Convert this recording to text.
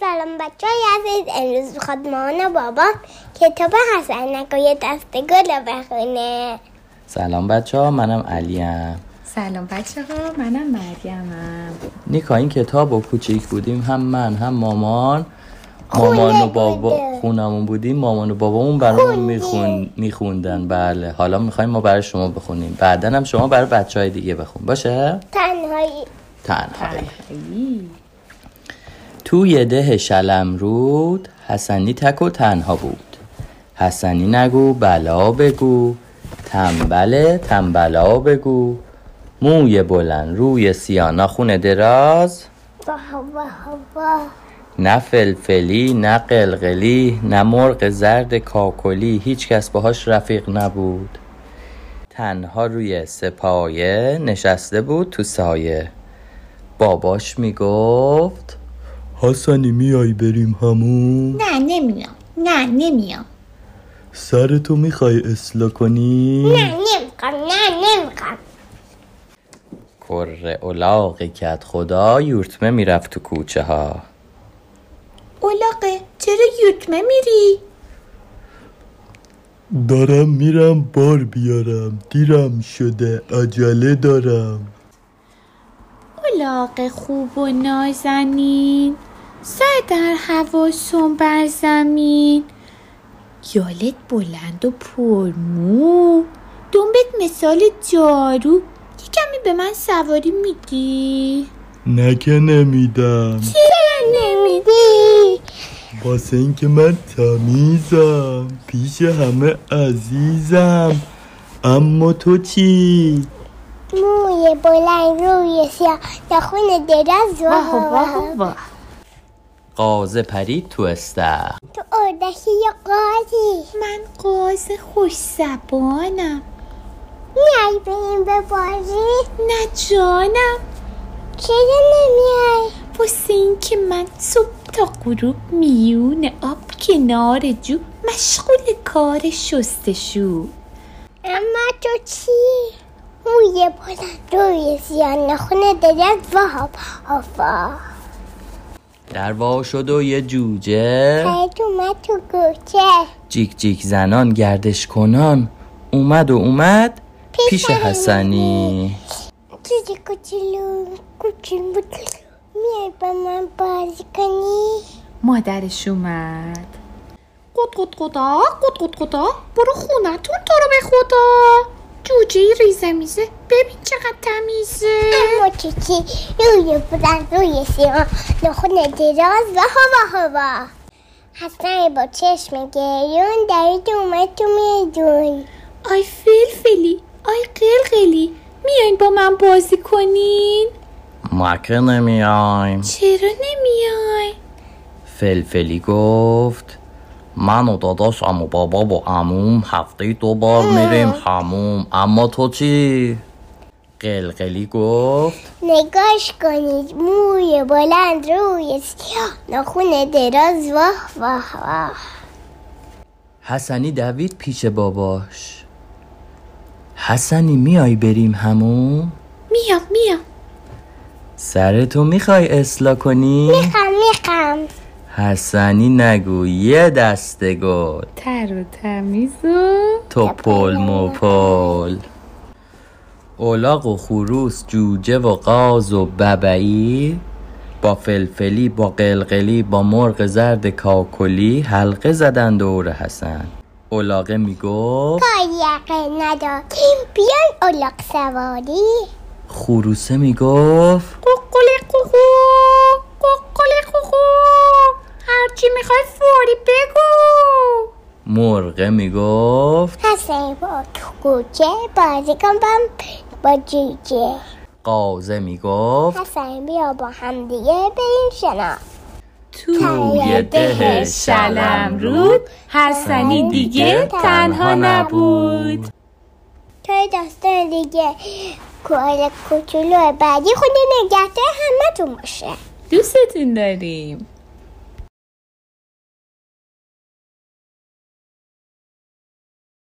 سلام بچه های عزیز امروز میخواد مامان و بابا کتاب حسنک و یه دست گل رو بخونه سلام بچه ها منم علیم سلام بچه ها منم مریمم نیکا این کتاب و کوچیک بودیم هم من هم مامان خونه مامان و بابا بوده. خونمون بودیم مامان و بابامون برامون میخون... میخوندن بله حالا میخوایم ما برای شما بخونیم بعدا هم شما برای بچه های دیگه بخون باشه؟ تنهایی تنهایی ای، توی ده شلم رود حسنی تک و تنها بود حسنی نگو بلا بگو تنبل تنبلا بگو موی بلند روی سیانا خونه دراز با با با نه فلفلی نه قلقلی نه مرغ زرد کاکلی هیچ کس باهاش رفیق نبود تنها روی سپایه نشسته بود تو سایه باباش میگفت حسنی میای بریم همون نه نمیام نه نمیام سرتو میخوای اصلا کنی نه نمیخوام نه نمیخوام کره الاغ کت خدا یورتمه میرفت تو کوچه ها اولاقه چرا یوتمه میری؟ دارم میرم بار بیارم دیرم شده عجله دارم اولاق خوب و نازنین سر در حواسم بر زمین یالت بلند و پرمو دنبت مثال جارو یه کمی به من سواری میدی؟ نکه نمیدم چرا نمیدی؟ واسه اینکه من تمیزم پیش همه عزیزم اما تو چی؟ موی بلند روی سیاه نخون دراز واه و واه واه قازه پرید تو استخ تو اردکی یا قاضی من قاز خوش زبانم میای بریم به بازی نه جانم چرا نمیای واسه این که من صبح تا غروب میون آب کنار جو مشغول کار شستشو اما تو چی موی بلند روی سیاه نخون دراز و هاپ هاپا دروا شد و یه جوجه خرید اومد تو گوچه جیک جیک زنان گردش کنان اومد و اومد پیش حسنی. حسنی چیزی کوچولو کوچولو بود میای با من بازی کنی مادرش اومد قد قد قدا قد قد قدا برو خونتون تو رو به خدا جوجه ریزه میزه ببین چقدر تمیزه اما چیچی روی بودن روی سیما نخونه دراز و هوا هوا حسن با چشم گریون درید اومد تو میدون آی فلفلی آی قلقلی میاین با من بازی کنین ما که نمیایم چرا نمیای؟ فلفلی گفت من و داداشم و بابا و عموم هفته دو بار میریم هموم اما تو چی؟ قلقلی گفت نگاش کنید موی بلند روی سیاه نخونه دراز واه واه واه حسنی دوید پیش باباش حسنی میای بریم هموم؟ میام میام سرتو میخوای اصلا کنی؟ میخم میخم حسنی نگو یه دسته گل تر و تمیز و تو پل مو پل اولاغ و خروس جوجه و قاز و ببعی با فلفلی با قلقلی با مرغ زرد کاکلی حلقه زدن دور حسن اولاغه میگفت کاری عقل نداریم بیان اولاق سواری خروسه میگفت ققل ققو ققل ققو هرچی میخوای فوری بگو مرغه میگفت حسن با تو گوچه بازی کن با, با جوجه قازه میگفت حسن بیا با هم دیگه بریم شنا توی ده شلم رود حسنی دیگه تنها نبود. توی داستان دیگه کار کوچولو بعدی خود نگهده همه تو باشه دوستتون داریم